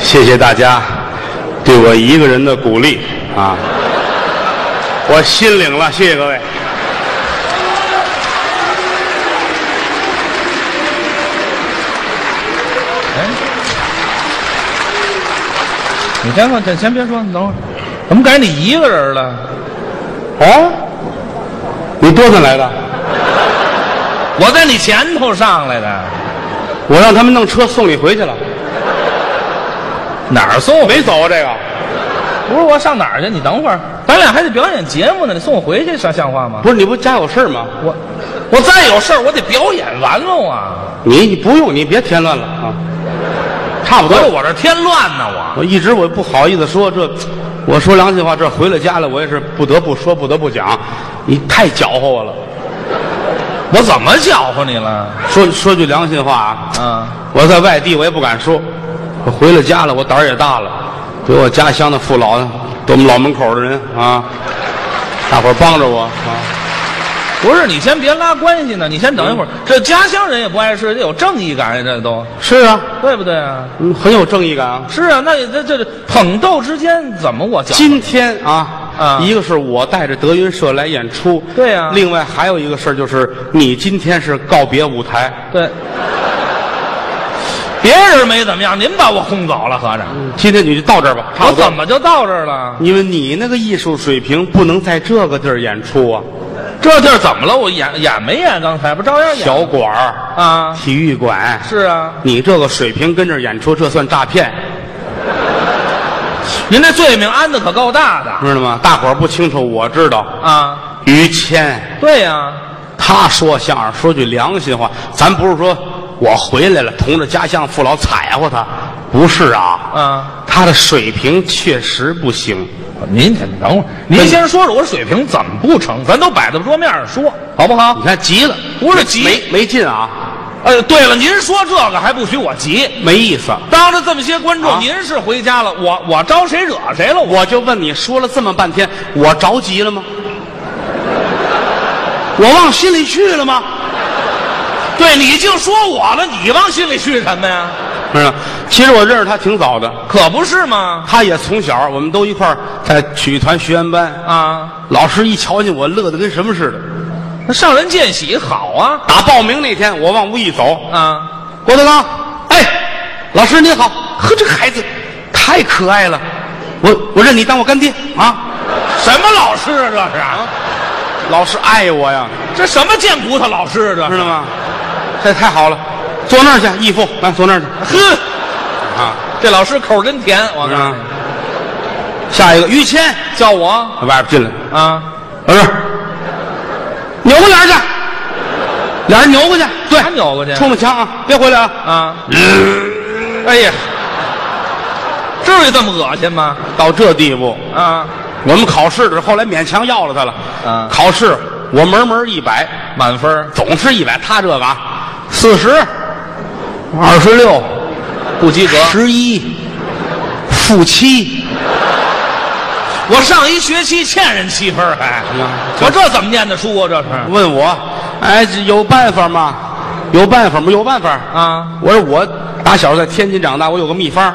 谢谢大家对我一个人的鼓励啊，我心领了，谢谢各位。你先说，先先别说，等会儿，怎么改你一个人了？啊，你多早来的？我在你前头上来的，我让他们弄车送你回去了，哪儿送我？没走啊这个。不是我上哪儿去？你等会儿，咱俩还得表演节目呢，你送我回去，像像话吗？不是你不家有事儿吗？我，我再有事儿，我得表演完喽啊！你你不用，你别添乱了啊，差不合多着了。我这添乱呢，我我一直我不好意思说这，我说良心话，这回了家了，我也是不得不说，不得不讲，你太搅和我了。我怎么搅和你了？说说句良心话啊，啊，我在外地我也不敢说，我回了家了，我胆儿也大了，对我家乡的父老，对我们老门口的人啊，大伙儿帮着我啊。不是，你先别拉关系呢，你先等一会儿。这家乡人也不碍事，这有正义感呀，这都是啊，对不对啊？嗯很有正义感啊。是啊，那也这这这捧逗之间怎么我搅和？今天啊，啊一个是我带着德云社来演出，对啊另外还有一个事儿就是你今天是告别舞台，对，别人没怎么样，您把我轰走了，合着今天你就到这儿吧，差我不多怎。么就到这儿了？因为你那个艺术水平不能在这个地儿演出啊，这地儿怎么了？我演演没演？刚才不照样演？小馆儿、啊，体育馆，是啊，你这个水平跟这儿演出，这算诈骗，您这罪名安的可够大的知道吗？大伙儿不清楚，我知道。啊！于谦对呀、他说相声，说句良心话，咱不是说我回来了，同着家乡父老踩乎他，不是啊。啊，他的水平确实不行，您等会儿，您先说说我水平怎么不成？咱都摆在桌面上说，好不好你？看急了，不是急没没劲啊，呃，对了，您说这个还不许我急，没意思。当着这么些观众，啊您是回家了，我我招谁惹谁了？我我就问你说了这么半天，我着急了吗？我往心里去了吗？对你净说我了，你往心里去什么呀？不是，其实我认识他挺早的，可不是吗？他也从小我们都一块儿在曲艺团学员班。啊，老师一瞧见我，乐得跟什么似的。那上人见喜好啊打报名那天，我往屋一走，啊！郭德纲，哎，老师您好，呵，这孩子太可爱了，我我认你当我干爹啊，什么老师啊这是啊？老师爱我呀，这什么贱骨头老师啊知道吗？这太好了，坐那儿去，义父，来坐那儿去这是？呵，啊。这老师口真甜，我告诉啊你，下一个于谦，叫我外边进来，啊，老师，扭过脸去，脸扭过去，对，还扭过去冲着墙啊，别回来啊！啊！哎呀，至于这么恶心吗？到这地步，啊，我们考试的时候，后来勉强要了他了。啊考试我门门一百，满分儿总是一百，他这个啊，四十，二十六，不及格。十一，负七，我上一学期欠人七分儿还，哎我这怎么念的书啊？这是问我，哎，这有办法吗？有办法吗？有办法啊！我说我打小在天津长大，我有个秘方，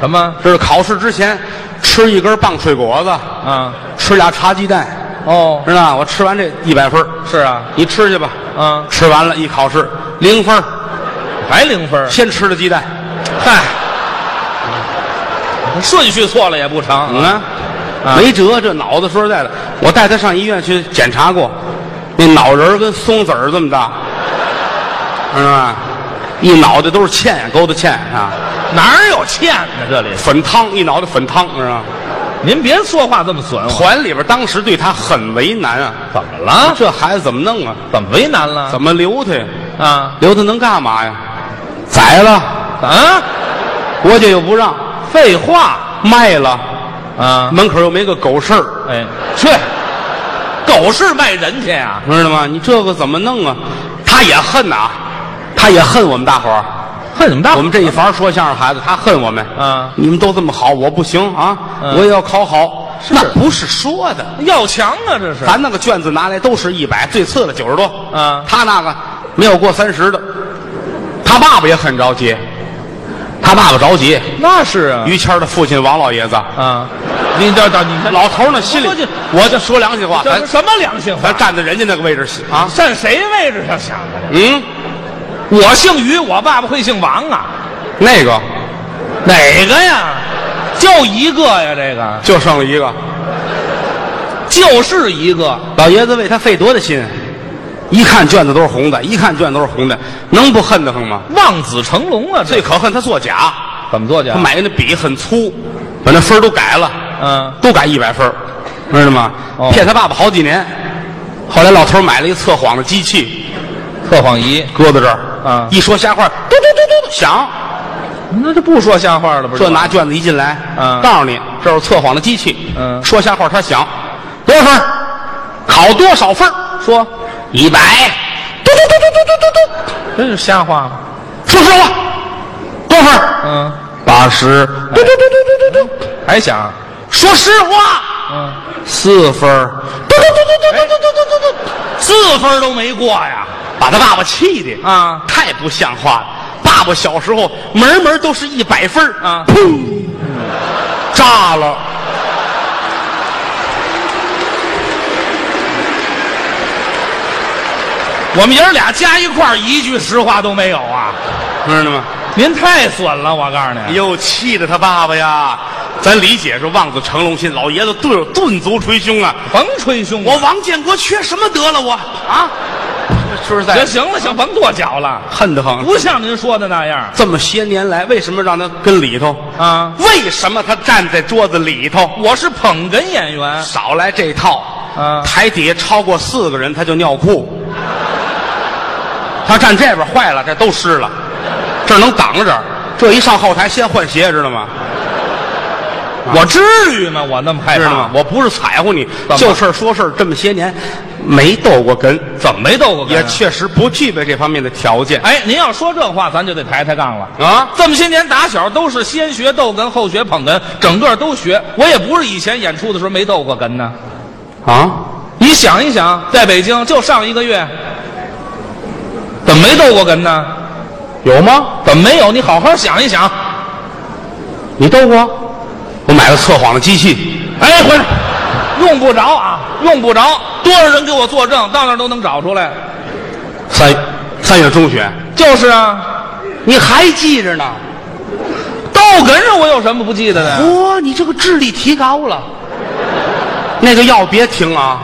什么这是考试之前吃一根棒脆果子，啊？吃俩茶鸡蛋，哦，知道吧？我吃完这一百分儿，是啊，你吃去吧。啊吃完了，一考试零分儿，还零分儿，先吃的鸡蛋。嗨，顺序错了也不成。嗯啊，啊没辙，这脑子说实在的，我带他上医院去检查过，那脑仁儿跟松子儿这么大，知道吧？一脑袋都是芡，勾的芡啊，哪儿有欠呢？这里，粉汤一脑袋粉汤，知道吗？您别说话这么损我。团里边当时对他很为难啊，怎么了？这孩子怎么弄啊？怎么为难了？怎么留他呀？么啊留他能干嘛呀？宰了，啊？国家又不让，废话卖了，啊！门口又没个狗市儿，哎，去，狗是卖人去啊？知道吗？你这个怎么弄啊？他也恨呐、他也恨我们大伙儿。恨什么大我我们们这一房说相声孩子，他恨我们。啊你们都这么好，我不行啊，嗯我也要考好。那不是说的，要强啊，这是咱那个卷子拿来都是一百，最次的九十多。啊他那个没有过三十的，他爸爸也很着急。他爸爸着急，那是啊，于谦儿的父亲王老爷子，啊，你这这你看老头儿呢心里我就，我就说良心话，这咱是什么良心话咱？站在人家那个位置想啊，站谁位置上想的？嗯，我姓于，我爸爸会姓王啊？那个哪个呀？就一个呀，这个就剩了一个，就是一个。老爷子为他费多大心，一看卷子都是红的，一看卷子都是红的，能不恨得慌吗？望子成龙啊，最这可恨他作假，怎么作啊假他买的那笔很粗，把那分儿都改了，嗯都改一百分儿，知道吗？哦骗他爸爸好几年，后来老头儿买了一测谎的机器，测谎仪，搁在这儿，嗯一说瞎话，嘟嘟嘟嘟嘟响，那这不说瞎话了，不是？这拿卷子一进来，嗯告诉你这是测谎的机器，嗯说瞎话他响，多少分儿？考多少分儿？说，一百，嘟嘟嘟嘟嘟嘟嘟嘟。真是瞎话吗？说实话，多少分儿？嗯，八十。嘟嘟嘟嘟嘟嘟嘟。还想，说实话，嗯，四分儿。嘟嘟嘟嘟嘟嘟嘟嘟嘟嘟。四分都没过呀？把他爸爸气的啊太不像话了。爸爸小时候门门都是一百分儿啊砰，炸了。我们爷儿俩加一块儿一句实话都没有啊！知道吗？您太损了，我告诉你，又气的他爸爸呀！咱理解是望子成龙心，老爷子顿有顿足捶胸啊！甭捶胸我我王建国缺什么得了我啊？说实在行，行了，行，甭跺脚了，恨得很。不像您说的那样这么些年来，为什么让他跟里头？啊！为什么他站在桌子里头？我是捧哏演员，嗯少来这套！啊台底下超过四个人他就尿裤。他站这边坏了，这都湿了，这儿能挡着。这一上后台先换鞋，知道吗？我至于吗？我那么害知道怕吗？？我不是踩乎你怎么，就事儿说事儿，哎啊这么些年没斗过哏，怎么没斗过哏啊？也确实不具备这方面的条件哎，您要说这话，咱就得抬抬杠了。啊。这么些年打小都是先学逗哏，后学捧哏，整个都学。我也不是以前演出的时候没逗过哏呢。啊，你想一想，在北京就上一个月，怎么没逗过哏呢？有吗？怎么没有？你好好想一想。你斗过？我买了测谎的机器。哎，回来，用不着啊，用不着。多少人给我作证，到那儿都能找出来。三三月中旬，就是啊，你还记着呢？逗哏上我有什么不记得的？哦，你这个智力提高了。那个药别停啊，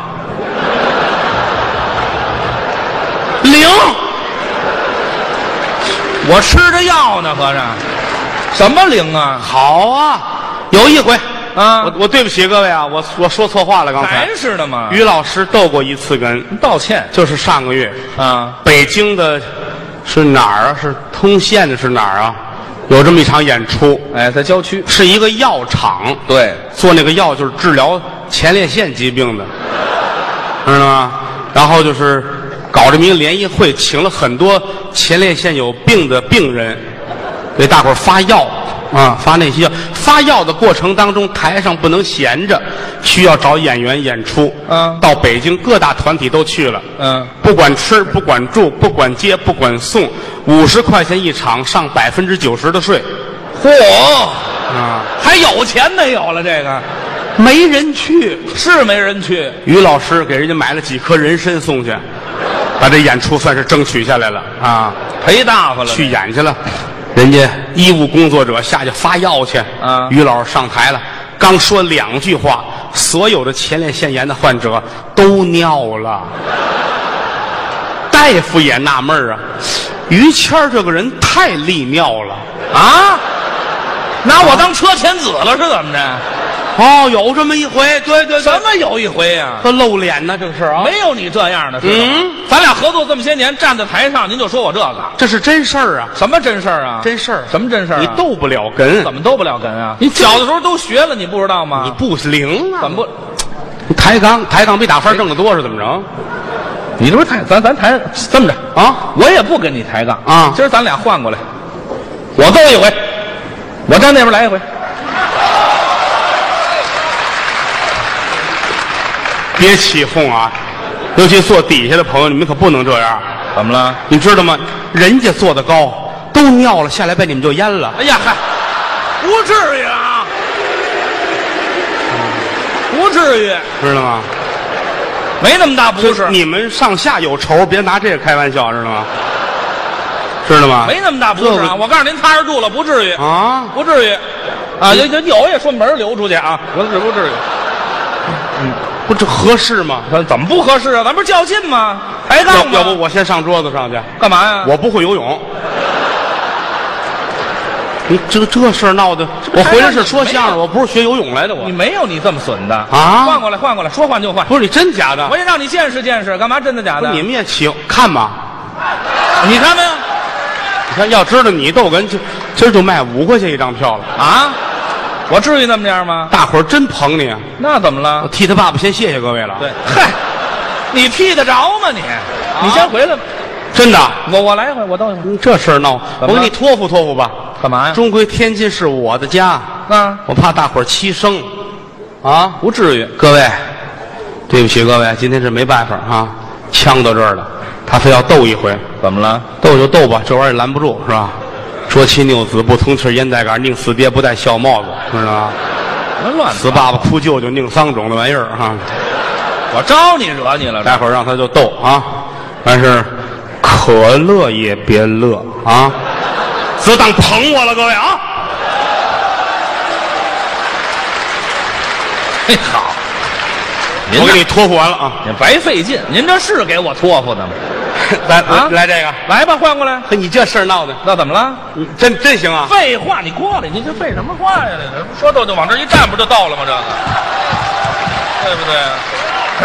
灵。我吃着药呢，合着。什么灵啊？好啊，哎有一回啊我我对不起各位啊，我我说错话了，刚才还是的嘛。于老师斗过一次哏，道歉就是上个月，啊，北京的是哪儿啊？是通县的是哪儿啊？有这么一场演出，哎，在郊区。是一个药厂对，做那个药，就是治疗前列腺疾病的，知道吗？然后就是搞这么一个联谊会，请了很多前列腺有病的病人，给大伙儿发药啊，发那些药。发药的过程当中，台上不能闲着，需要找演员演出。嗯到北京各大团体都去了。嗯，不管吃，不管住，不管接，不管送，五十块钱一场，上百分之九十的税，嚯，啊，还有钱没有了？这个没人去。是没人去，于老师给人家买了几颗人参送去，把这演出算是争取下来了啊，赔大发了。去演去了。人家医务工作者下去发药去，啊于老师上台了，刚说两句话，所有的前列腺炎的患者都尿了。大夫也纳闷儿啊，于谦儿这个人太利尿了。啊，拿我当车前子了是怎么着？哦，有这么一回，对对什么有一回呀、他露脸呢，这个事儿啊，没有你这样的，是吧？嗯咱俩合作这么些年，站在台上您就说我这个，这是真事儿啊，什么真事儿啊？真事儿什么真事儿、啊？你斗不了哏，怎么斗不了哏啊？你这小的时候都学了，你不知道你吗？不灵啊？怎么不？不抬杠？抬杠比打分挣得多是怎么着？你这不是抬咱咱抬这么着啊？我也不跟你抬杠啊今儿咱俩换过来，我斗一回，我站那边来一回。别起哄啊！尤其坐底下的朋友，你们可不能这样，怎么了？你知道吗？人家坐得高，都尿了下来，被你们就淹了。哎呀，嗨，不至于啊，不至于，知道吗？没那么大不是，你们上下有仇，别拿这个开玩笑，知道吗？知道吗？没那么大不是啊。我告诉您，踏实住了，不至于，啊，不至于，啊，有有有也顺门流出去啊，不是不至于，不这合适吗？咱怎么不合适啊？咱不是较劲吗？抬要杠吗？要不我先上桌子上去，干嘛呀？我不会游泳。你这这事儿闹的，我回来是说相声，我不是学游泳来的，我你没有你这么损的啊换过来，换过来，说换就换。不是你真假的我，也让你见识见识，干嘛真的假不的？是你们也行看吧？你看没有你看，要知道你逗哏，今今儿就卖五块钱一张票了，啊？我至于那么样吗？大伙儿真捧你啊。那怎么我了？替他爸爸先谢谢各位了。对，，啊嗨，你替得着吗你？你先回来吧，真的，我我来一回，我等一会儿。嗯这事儿闹，怎我么了给你托付托付吧。干嘛呀？终归天津是我的家，啊，我怕大伙儿欺生，啊，不至于。各位，对不起各位，今天是没办法啊，呛到这儿了，他非要斗一回，怎么了？斗就斗吧，这玩意儿也拦不住是吧？说妻拗子不通气儿烟袋杆，宁死爹不戴孝帽子，知道吗？什么乱死爸爸哭舅舅宁丧种的玩意儿啊！我招你惹你了？待会儿让他就逗啊，但是可乐也别乐啊，只当捧我了，各位啊！嘿，好，您我给这你托付完了啊，您白费劲，您这是给我托付的吗？ 来、啊来这个，来吧，换过来。哎和你这事儿闹的，那怎么了？你真真行 啊！废话，你过来，你这废什么话呀？你这说到就往这一站，不就到了吗？这个，对不对？啊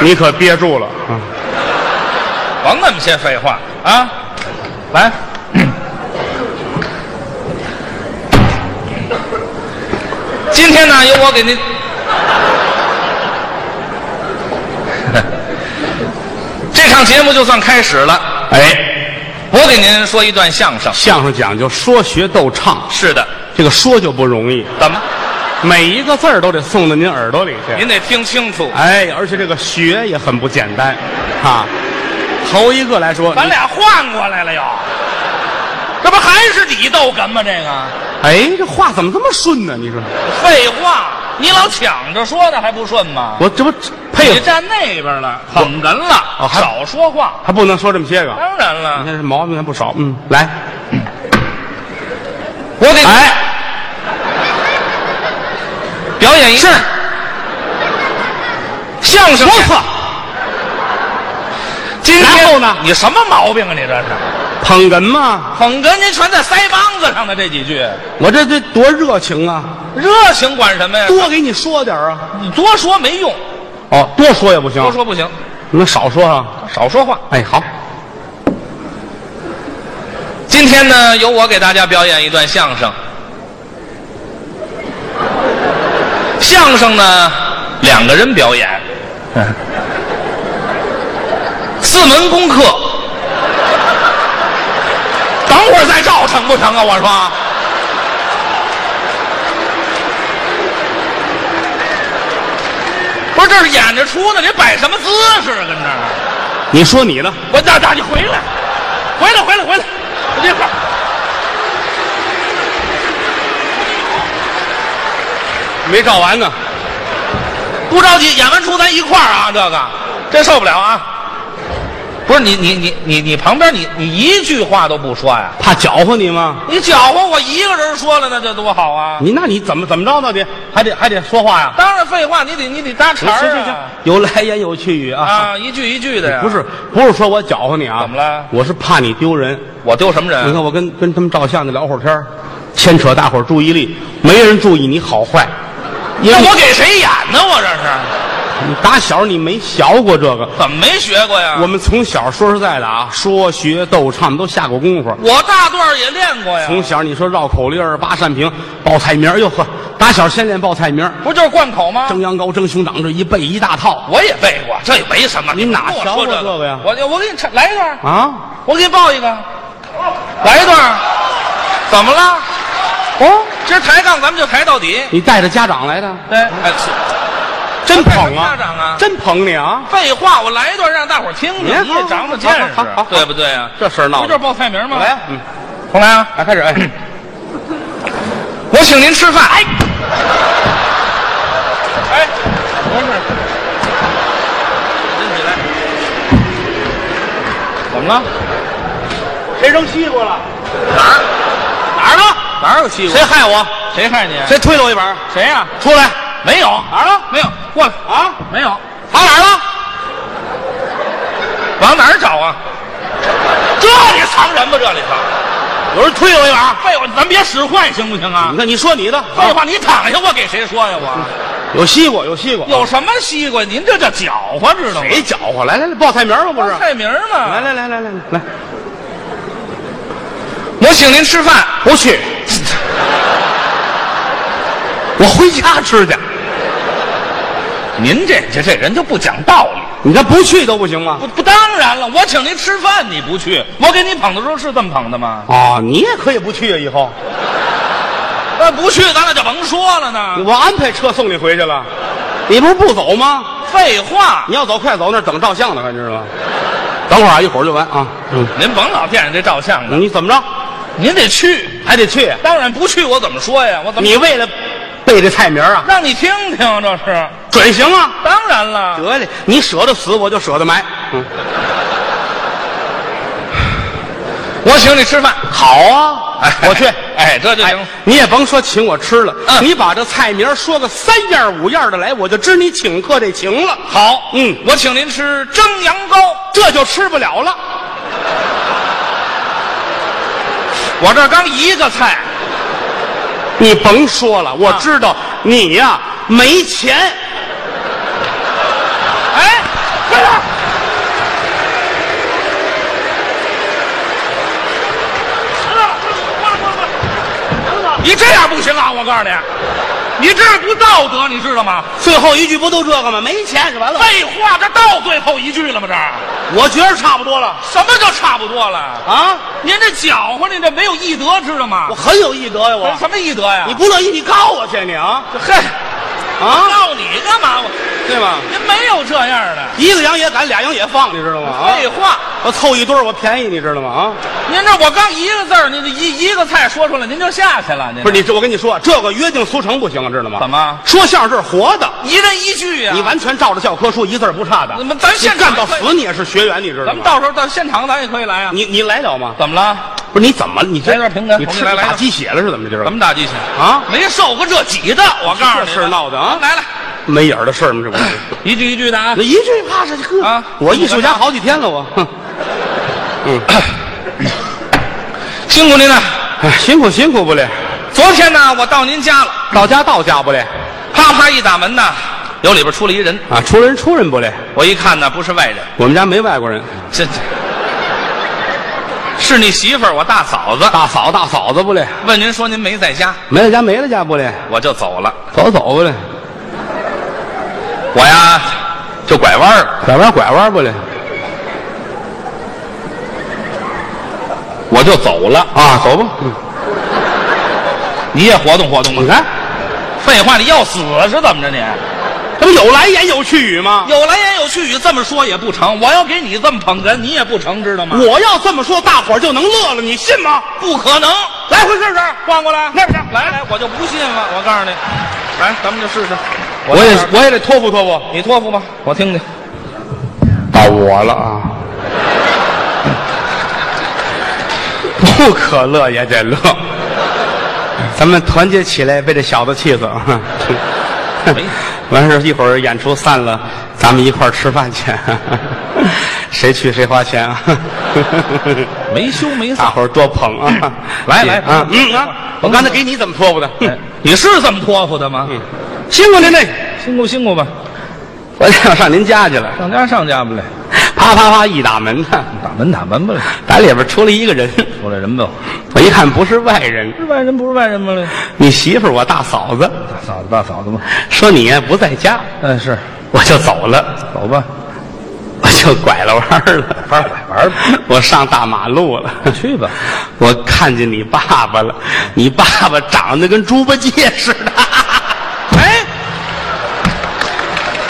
你可憋住了啊！甭那么些废话啊！来，今天呢，由我给您，这场节目就算开始了。哎，我给您说一段相声。相声讲究说学逗唱，是的，这个说就不容易，怎么？每一个字儿都得送到您耳朵里去。您得听清楚。哎，而且这个学也很不简单啊。头一个来说，咱俩换过来了又，这不还是你逗哏吗？这个哎，这话怎么这么顺呢？你说废话，你老抢着说呢，还不顺吗？我这不配合，你站那边了，捧哏哦了，还少说话。还不能说这么些个。当然你了，看这毛病还不少，嗯，来，我给哎，表演一是相声。不错，今天然后呢你什么毛病啊？你这是捧哏嘛，捧哏，您全在腮帮子上的这几句，我这这多热情啊，热情管什么呀？多给你说点儿啊。你多说没用，哦，多说也不行，多说不行，你们少说啊。少说话。哎，好，今天呢，由我给大家表演一段相声。相声呢，两个人表演，四门功课。等会儿再照成不成啊？我说，不是，这是演着出呢，你摆什么姿势啊？跟这儿。你说你的，我大大，你回来，回来，回来，回来，你这块儿。没照完呢。不着急，演完出咱一块儿啊，这个真受不了啊！不是你你你你你旁边你你一句话都不说呀？怕搅和你吗？你搅和我一个人说了，那这多好啊！你那你怎么怎么着到底还得还得说话呀？当然废话，你得你得搭茬行儿行行啊，有来言有去语啊。啊，一句一句的呀。不，是不是说我搅和你啊，怎么了我是怕你丢人。我丢什么你人？看我跟跟他们照相的聊会儿天儿牵扯大伙儿注意力，没人注意你好坏。因为那你我给谁演呢？我这是你打小你没学过这个，怎么没学过呀？我们从小说实在的啊，说学逗唱都下过功夫。我大段儿也练过呀，从小你说绕口令儿、八扇屏、报菜名儿，哟呵，打小先练报菜名儿，不就是贯口吗？蒸羊羔、蒸熊掌，这一背一大套我也背过，这也没什么。你哪跟我学说过这这个呀我就我给你唱来一段。啊！我给你报一个，来一段儿，怎么了？哦，今儿抬杠咱们就抬到底。你带着家长来的，对，哎，是真捧家长啊，啊真捧你啊！废话，我来一段让大伙儿听听，哎你也长长见识好好好好，对不对啊？这事儿闹不的就是报菜名吗？来，嗯，重来啊！来开始，哎， 我请您吃饭。哎，哎，不是，您起来。怎么了？谁扔西瓜了？哪儿了？哪儿有欺负？谁害我？谁害你？谁推了我一把？谁呀、出来没有。哪儿了？没有，过来。啊，没有，藏哪儿了？往哪儿找啊？这里藏人吗？这里头。有人推我一把。废话，咱别使坏行不行啊你？看，你说你的，废话，你躺下，我给谁说呀？我有西瓜，有西瓜，有什么西瓜？您这叫搅和，知道吗？谁搅和？来来来，报菜名了不是？菜名嘛。来来来来来来，我请您吃饭。不去，我回家吃去。您这这这人就不讲道理。你这不去都不行吗？不不，当然了，我请您吃饭你不去，我给你捧的时候是这么捧的吗？哦，你也可以不去啊，以后那不去，咱俩就甭说了呢。我安排车送你回去了。你不是不走吗？废话，你要走快走，那儿等照相呢，看知道吗？等会儿啊，一会儿就完啊。嗯，您甭老惦着这照相了，你怎么着您得去。还得去？当然不去，我怎么说呀？我怎么你为了背这菜名啊，让你听听？这是准行啊？当然了，得嘞，你舍得死我就舍得埋。嗯，我请你吃饭，好啊， 我去。哎，这就行。你也甭说请我吃了，嗯你把这菜名说个三样五样的来，我就知你请客这情了。好，嗯我请您吃蒸羊羔。这就吃不了了。我这儿刚一个菜，你甭说了，啊我知道你呀、没钱。哎，快点儿！你这样不行啊！我告诉你，你这是不道德，你知道吗？最后一句不都这个吗？没钱是完了。废话，这到最后一句了吗？这儿我觉得差不多了什么叫差不多了？啊！您这搅和，您这没有义德，知道吗我？很有艺德呀，我。什么义德呀？你不乐意，你告我去，你啊嘿，啊，告你干嘛？我对吧？您没有这样的。一个羊也赶，俩羊也放，你知道吗？啊，废话，我凑一堆儿，我便宜，你知道吗？啊，您这我刚一个字儿，您这一一个菜说出来，您就下去了。您不是你，这我跟你说，这个约定俗成不行，知道吗？怎么说相声是活的，一人一句呀、你完全照着教科书，一字儿不差的。啊怎么咱你现干场到死，你也是学员，你知道咱吗？们到时候到现场咱也可以来啊。你你来了吗？怎么了？不是你怎么你这来段评论你我给吃你来来打段鸡血了是怎么着？怎么打鸡血？啊？没受过这几的，我告诉这你，事儿闹的啊，来来，没影儿的事儿吗？ 这不是一句一句的啊那。一句话是呵啊我艺术家好几天了，我哼，辛苦您了。哎，辛苦辛苦不嘞，昨天呢，我到您家了，到家到家不嘞，啪啪一打门呢，有里边出了一人。啊，出人出人不嘞，我一看呢，不是外人，我们家没外国人，这这是你媳妇儿，我大嫂子。大嫂大嫂子不嘞，问您说您没在家，没了家没了家不嘞，我就走了。走走不嘞，我呀，就拐弯儿了，拐弯拐弯不嘞，我就走了。啊，走吧，嗯你也活动活动吧你。看，废话，你要死是怎么着你？这不有来言有去语吗？有来言有去语，这么说也不成。我要给你这么捧哏，你也不成，知道吗？我要这么说，大伙儿就能乐了，你信吗？不可能，来回试试，换过来，那边去来来，我就不信了。我告诉你，来，咱们就试试。我在也这儿我也得托付托付，你托付吧，我听听。到我了啊！不可乐也得乐，咱们团结起来，被这小子气死。 完事儿一会儿演出散了，咱们一块儿吃饭去， 谁去谁花钱 啊！没羞没大伙儿多捧啊！来来啊，嗯啊！我刚才给你怎么托付的？ 哎你是这么托付的吗？辛苦您嘞，辛苦辛苦吧，我想上您家去了，上家上家不来，啪啪啪一打门呢，打门打门不来，打里边出来一个人，出来人吧。我一看不是外人。是外人不是外人吗？嘞，你媳妇儿我大嫂子大嫂子大嫂子嘛。说你呀不在家，嗯，是，我就走了，走吧，我就拐了弯儿了，玩拐玩吧，我上大马路了，去吧。我看见你爸爸了，你爸爸长得跟猪八戒似的，哎，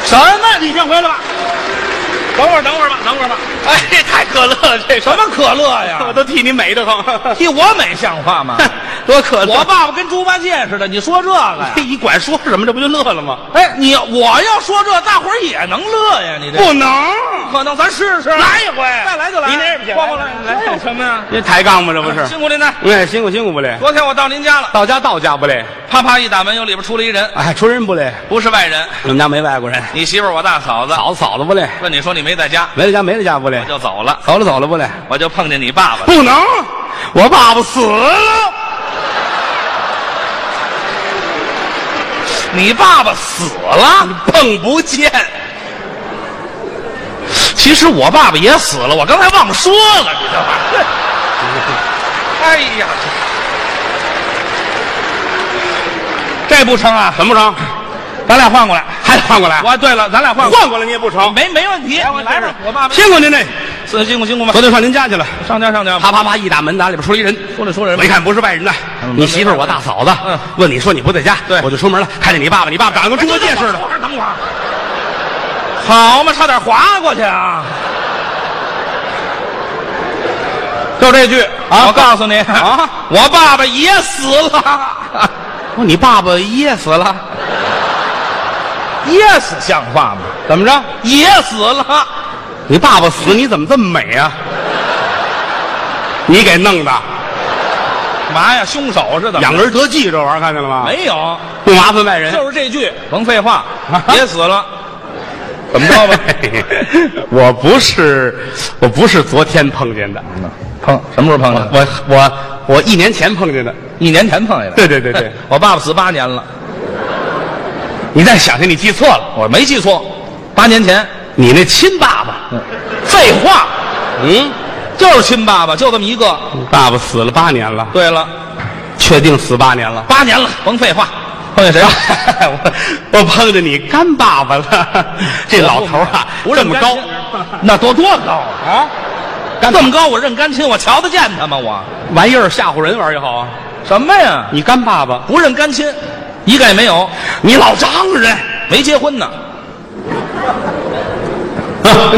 什么？你先回来吧。等会儿，等会儿吧，等会儿吧。哎，这太可乐了，这什么可乐我 呀？都替你美得慌， 替我美像话 吗？多可乐！我爸爸跟猪八戒似的，你说这个 呀？你管说什么，这不就乐了吗？哎，你我要说这，大伙儿也能乐呀！你这不能，可能，咱试试，来一回，再来就来，你哎那也不行，晃过来，来这有什么呀？这抬杠吗？这不是辛？苦您了。哎，辛苦辛苦不嘞？昨天我到您家了，到家到家不嘞？啪啪一打门，由里边出来一人，哎，出人不嘞？不是外人，我们家没外国人，你媳妇儿我大嫂子。嫂子嫂子不嘞？问你说你没在家，没了家没了家不嘞我？就走了，走了走了不嘞？我就碰见你爸爸了。不能，我爸爸死了，你爸爸死了，碰不见。其实我爸爸也死了，我刚才忘说了，你知道吧？哎呀，这不成啊！怎么着？咱俩换过来。还得换过来？我对了，咱俩换过啊换过来你也不成来，。没没问题。你来吧，我爸爸。辛苦您嘞，辛呃辛苦辛苦吧，昨天上您家去了，上家上家啪吧。啪啪一打门，打里边出来一人。出来出来我一看不是外人呐，你媳妇儿我大嫂子嗯，问你说你不在家，对我就出门了，看见你爸爸，你爸爸长得跟猪八戒似的，等会儿等会儿，好嘛，差点划过去啊！就这句啊我告诉你啊， 我爸爸也死了， 哦你爸爸噎死了，也死像话吗？怎么着？也死了，你爸爸死你怎么这么美啊？你给弄的，嘛呀，凶手是怎么？养儿得计这玩意儿看见了吗？没有，不麻烦外人，，就是这句，甭废话也死了， 怎么着 吧？我不是，我不是昨天碰见的，碰什么时候碰见的？我我我一年前碰见的。一年前碰见的。对对对对，我爸爸死八年了，你再想想，你记错了，我没记错，八年前。你那亲爸爸，嗯废话，嗯，就是亲爸爸，就这么一个。爸爸死了八年了，对了，确定死八年了。 八年了，甭废话，啊碰见谁了？ 我我碰着你干爸爸了，这老头儿啊，我这认么干高亲， 那多多高啊！干这么高，我认干亲，我瞧得见他吗？我玩意儿吓唬人玩意儿好啊！什么呀？你干爸爸，不认干亲，一个也没有，你老丈人，没结婚呢。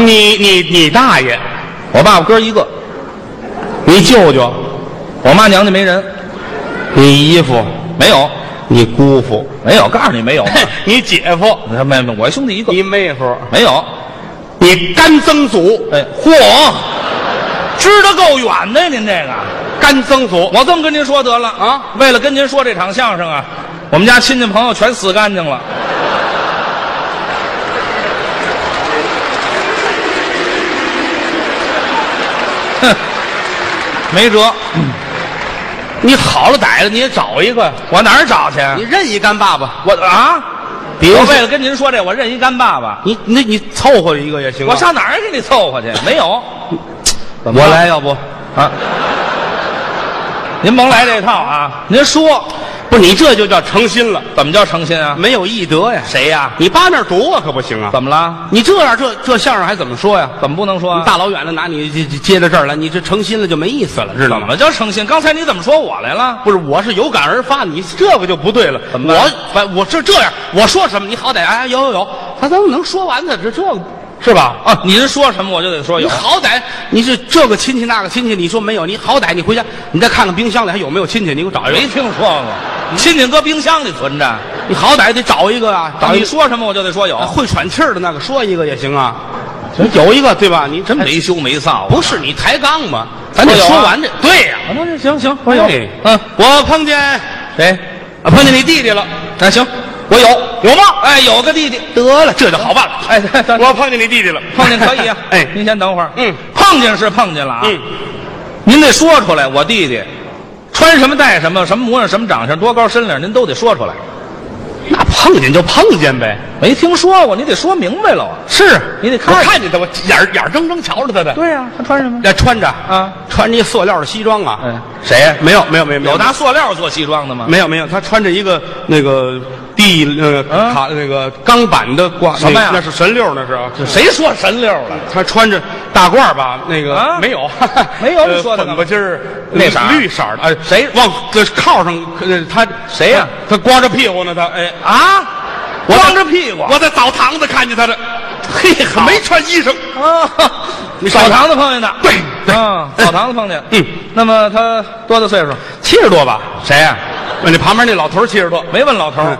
你你你大爷，我爸爸哥一个，你舅舅，我妈娘家没人，你姨父，没有，你姑父，没有，告诉你没 有。你姐夫，没没，没我兄弟一个，你妹夫，没有。你干曾祖，哎，嚯，支的够远的，您这个。干曾祖，我这么跟您说得了啊，为了跟您说这场相声啊，我们家亲戚朋友全死干净了。哼，没辙，你好了歹了你也找一个，我哪儿找去？你认一干爸爸，我啊，比如我为说了跟您说这，我认一干爸爸，你那你凑合一个也行啊，我上哪儿给你凑合去？没有我么了来要不？啊，您甭来这套啊！您说不，你这就叫诚心了，怎么叫诚心啊？没有义德呀。谁呀、你扒面堵我可不行啊！怎么了？你这样这这相声还怎么说呀？怎么不能说、啊？你大老远的拿你接接到这儿来，你这诚心了就没意思了，知道怎吗？么叫诚心？刚才你怎么说我来了？不是，我是有感而发，你这个就不对了。怎么办我反我是这样，我说什么你好歹哎有有有，他怎么能说完呢？这这个是吧？啊，您说什么我就得说你哦有。好歹你是这个亲戚那个亲戚，你说没有，你好歹你回家你再看看冰箱里还有没有亲戚，你给我找一没个。听说过，亲戚搁冰箱里存着。你好歹得找一个啊，找一你个说什么我就得说有，会喘气儿的那个说一个也行啊，有一个对吧？你真没羞没臊。啊不是你抬杠吗？咱得我有啊说完这。对呀、啊，那行行，我有嗯，我碰见啊，谁？碰见你弟弟了，那行，我有有吗？哎，有个弟弟，得了，这就好办了。哎，等我碰见你弟弟了，。碰见可以啊 哎，您先等会儿。嗯，碰见是碰见了啊。嗯，您得说出来，我弟弟穿什么戴什么，什么模样，什么长相，多高身量，您都得说出来。那碰见就碰见呗。没听说过，你得说明白了啊。是你得我看看见他，我眼儿眼儿睁睁瞧着他的。对呀，他穿什么？那穿着啊，穿着一塑料的西装啊。嗯，谁呀？没有没有没有没有拿塑料做西装的吗？没有没有，他穿着一个那个地呃啊卡那个钢板的挂什么呀那是神六那是啊。这谁说神溜了？他穿着大褂儿吧，那个、啊没 有，没有你呃说的混不唧儿，那色儿绿色儿的，哎，谁往这靠上，呃他谁呀他光着屁股呢，他哎，啊，我在光着屁股，我在澡堂子看见他的，嘿， 他没穿衣裳，啊，你上澡堂子碰见的，对对啊，澡堂子碰见，嗯，那么他多大岁数？七十多吧？谁呀、问你旁边那老头七十多，嗯没问老头儿，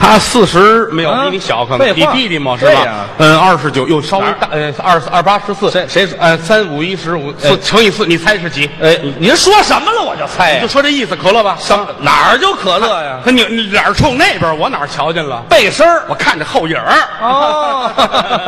他四十没有，啊比你小，可废能比话弟弟嘛，是对呀吧？嗯，二十九又稍微哪儿大，呃，二二八十四，谁谁说？呃，三五一十五，四乘以四，你猜是几？哎，您说什么了？我就你猜呀就，说这意思，可乐吧？上哪儿就可乐嗯呀？可你你脸儿冲那边，我哪儿瞧见了？背身儿我看着后影儿， 哦，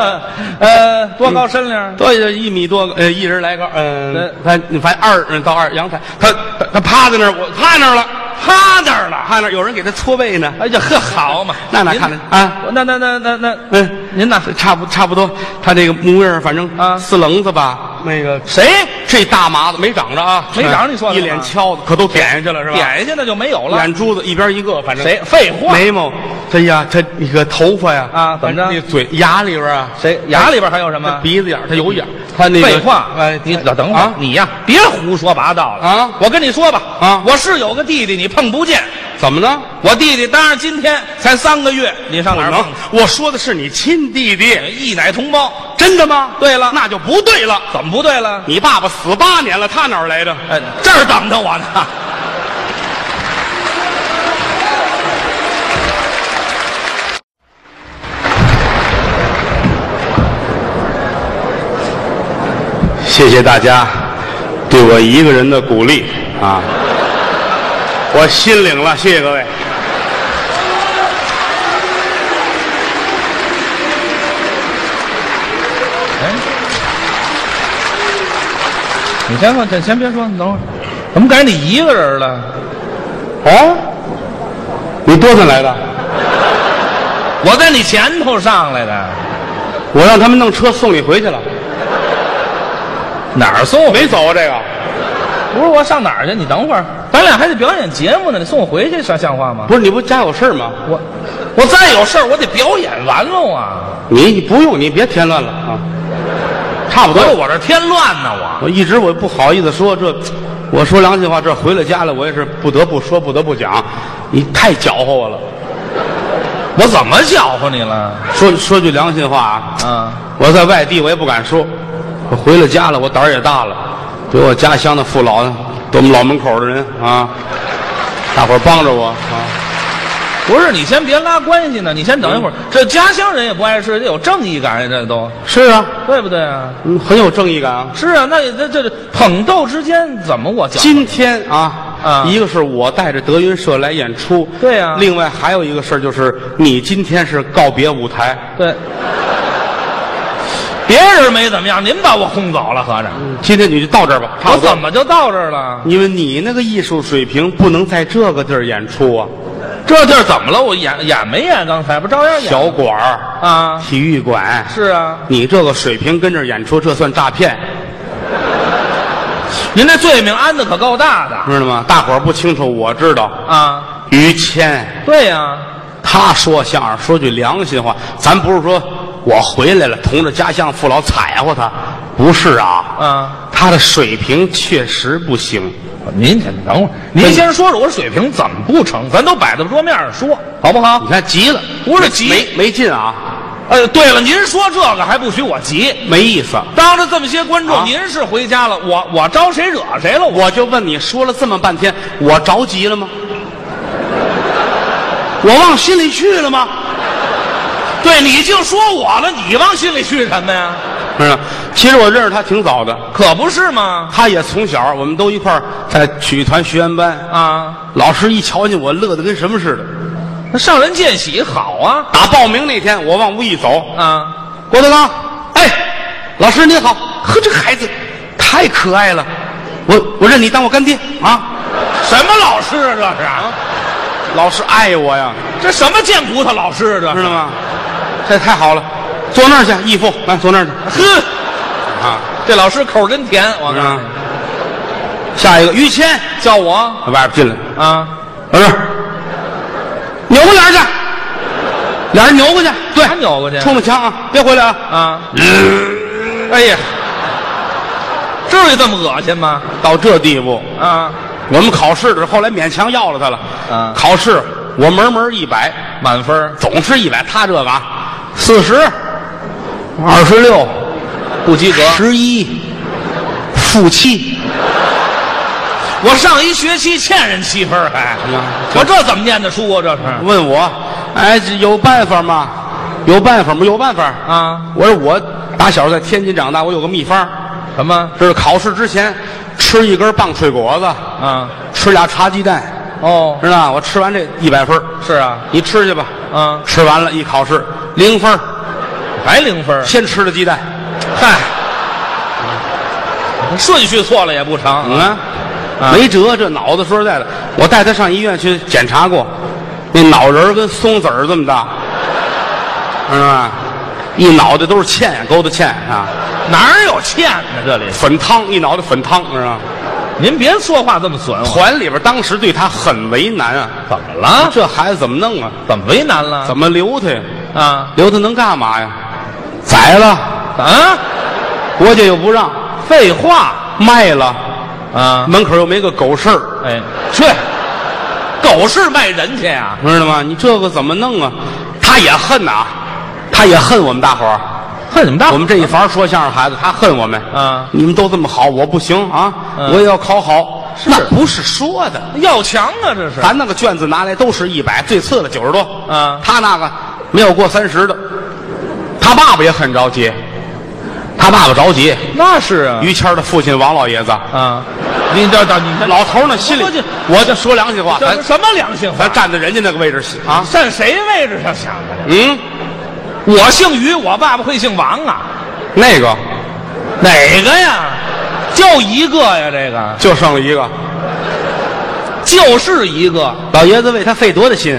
呃，多高身量？多一米多，呃，一人来高，嗯对，他你反正二嗯到二阳台，他他他趴在那儿，我趴那儿了，趴那儿了，趴那儿，有人给他搓背呢，哎呀，呵，好嘛，那哪您看得啊？我那那那那那，嗯，您呢？差不差不多，他这个模样儿反正啊四棱子吧，那个谁这大麻子没长着啊，没长着你算一算脸啊敲子，可都点下去了是吧？点下那就没有了。眼珠子一边一个，反正谁？废话，眉毛，这呀，这你个头发呀啊怎么着那嘴牙里边啊，谁牙里边还有什那么？鼻子眼儿它有眼儿，它那个废话，哎，你等会儿啊，你呀，别胡说八道了啊我跟你说吧，啊我是有个弟弟，你碰不见。怎么呢？我弟弟当然今天才三个月，你上不哪儿能碰？，我说的是你亲弟弟，一奶同胞。真的吗？对了，那就不对了。怎么不对了？你爸爸死八年了，他哪儿来的？哎，这儿等着我呢。谢谢大家对我一个人的鼓励啊，我心领了，谢谢各位。你先问，先先别说，你等会儿。怎么改你一个人了？啊，你多次来的？我在你前头上来的，我让他们弄车送你回去了，哪儿送？没走啊这个。不是我上哪儿去？你等会儿，咱俩还得表演节目呢，你送我回去，像像话吗？不是你不家有事儿吗？我，我再有事儿，我得表演完喽啊！你不用，你别添乱了啊。差不合多着，我这添乱呢，我我一直我不好意思说这，我说良心话，这回了家了，我也是不得不说，不得不讲，你太搅和我了。我怎么搅和你了？说说句良心话啊，啊，我在外地我也不敢说，我回了家了，我胆儿也大了，对我家乡的父老，对我们老门口的人啊，大伙儿帮着我啊，不是，你先别拉关系呢，你先等一会儿。这家乡人也不碍事，这有正义感呀，这都是啊，对不对啊？嗯，很有正义感啊。是啊，那也这这这捧逗之间怎么我搅和？今天啊，啊一个是我带着德云社来演出，对啊另外还有一个事儿就是你今天是告别舞台，对，别人没怎么样，您把我轰走了，合着今天你就到这儿吧，差我不多怎。么就到这儿了？因为你那个艺术水平不能在这个地儿演出啊，这地儿怎么了？我演演没演？刚才不照样演小馆儿、啊？体育馆，哎是啊，你这个水平跟这儿演出，这算诈骗，您这罪名安的可够大的知道吗？大伙儿不清楚，我知道。啊！于谦对呀、他说相声，说句良心话，咱不是说我回来了，同着家乡父老踩乎他，不是啊。啊，他的水平确实不行，您先等会儿，您先说说我水平怎么不成？咱都摆在桌面上说，好不好你？看急了，不是急没没劲啊，呃，对了，您说这个还不许我急，没意思。当着这么些观众，啊您是回家了，我我招谁惹谁了？我我就问你说了这么半天，我着急了吗？我往心里去了吗？对你净说我了，你往心里去什么呀？嗯，其实我认识他挺早的，可不是吗？他也从小我们都一块儿在曲艺团学员班。啊，老师一瞧见我，乐得跟什么似的。那上人见喜好啊打报名那天，我往屋一走，啊！郭德纲，哎，老师您好，呵，这孩子太可爱了，我我认你当我干爹啊，什么老师啊这是啊？老师爱我呀，这什么贱骨头老师啊知道吗？这太好了，坐那儿去，义父，来坐那儿去这是？呵，啊。这老师口真甜，我告诉啊你，，下一个于谦叫我到外边进来，啊，老师，扭过脸去，俩人扭过去，对还，扭过去冲着墙啊，别回来啊！啊！哎呀，至于这么恶心吗？到这地步，啊，我们考试的时候，后来勉强要了他了。啊考试我门门一百，满分儿总是一百，他这个啊，四十，二十六，不及格。十一，负七，我上一学期欠人七分儿，还、哎呀我这怎么念得书啊？这是问我，哎，这有办法吗？有办法吗？有办法啊！啊？我说我打小在天津长大，我有个秘方，什么这是考试之前吃一根棒脆果子，啊？吃俩茶鸡蛋，哦，知道吗？我吃完这一百分儿，是啊，你吃去吧。啊，吃完了，一考试零分儿，还零分儿，先吃的鸡蛋，嗨，顺序错了也不成。嗯啊啊没辙，这脑子说实在的，我带他上医院去检查过，那脑仁儿跟松子儿这么大，知道吗？一脑袋都是芡，勾的芡啊，哪儿有欠呢？这里，粉汤一脑袋粉汤，知道吗？您别说话这么损我。团里边当时对他很为难啊，嗯怎么了？这孩子怎么弄啊？怎么为难了？怎么留他呀？么啊留他能干嘛呀？宰了，啊？国家又不让，废话卖了，啊！门口又没个狗市儿，哎，去，狗是卖人去啊？知道吗？你这个怎么弄啊？他也恨呐、他也恨我们大伙儿。恨你们大我们这一房说相声孩子，他恨我们。啊你们都这么好，我不行啊，嗯我也要考好。那不是说的，要强啊，这是咱那个卷子拿来都是一百，最次的九十多。啊他那个没有过三十的。他爸爸也很着急，他爸爸着急。那是啊于谦儿的父亲王老爷子，啊！你这这你看老头儿呢心里我就，我就说良心话，咱这什么良心话咱？站在人家那个位置啊，站谁位置上想的？嗯，我姓于，我爸爸会姓王啊？那个哪个呀？就一个呀，这个就剩了一个。就是一个。老爷子为他费多大心，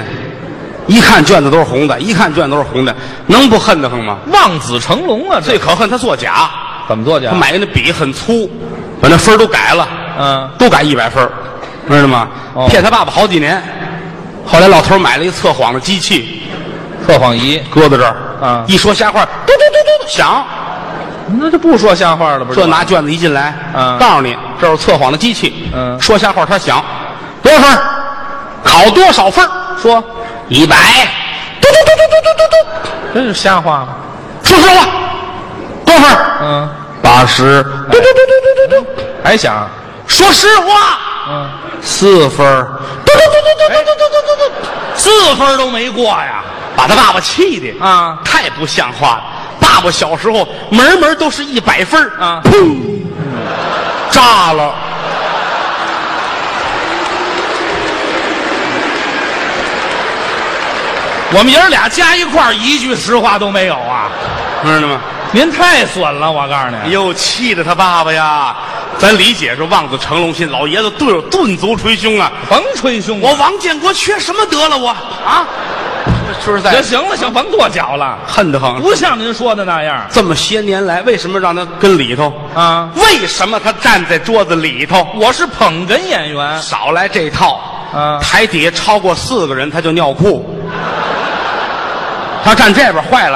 一看卷子都是红的，一看卷子都是红的，能不恨得慌吗？望子成龙啊，最这可恨他作假，怎么作啊他假？买那笔很粗，把那分儿都改了，嗯，都改一百分儿，知道吗？哦骗他爸爸好几年，后来老头儿买了一测谎的机器，测谎仪，搁在这儿，啊一说瞎话，嘟嘟嘟嘟嘟响，那就不说瞎话了，不是？这拿卷子一进来，嗯告诉你这是测谎的机器，嗯说瞎话他响，多少分儿？考多少分儿？说，一百，嘟嘟嘟嘟嘟嘟嘟嘟。这是瞎话吗？说实话，多少分儿？嗯，八十。嘟嘟嘟嘟嘟嘟嘟。还想，说实话，嗯，四分儿。嘟嘟嘟嘟嘟嘟嘟嘟嘟嘟。四分都没过呀？把他爸爸气的啊太不像话了。爸爸小时候门门都是一百分儿啊砰，炸了。我们爷儿俩加一块儿一句实话都没有啊！知道吗？您太损了，我告诉你，又气的他爸爸呀！咱理解是望子成龙心，老爷子顿有顿足捶胸啊！甭捶胸我我王建国缺什么得了我啊？说实在行的，行了，行，甭跺脚了，恨得很。不像您说的那样这么些年来，为什么让他跟里头？啊！为什么他站在桌子里头？我是捧哏演员，少来这套！啊台底下超过四个人他就尿裤，他站这边坏了。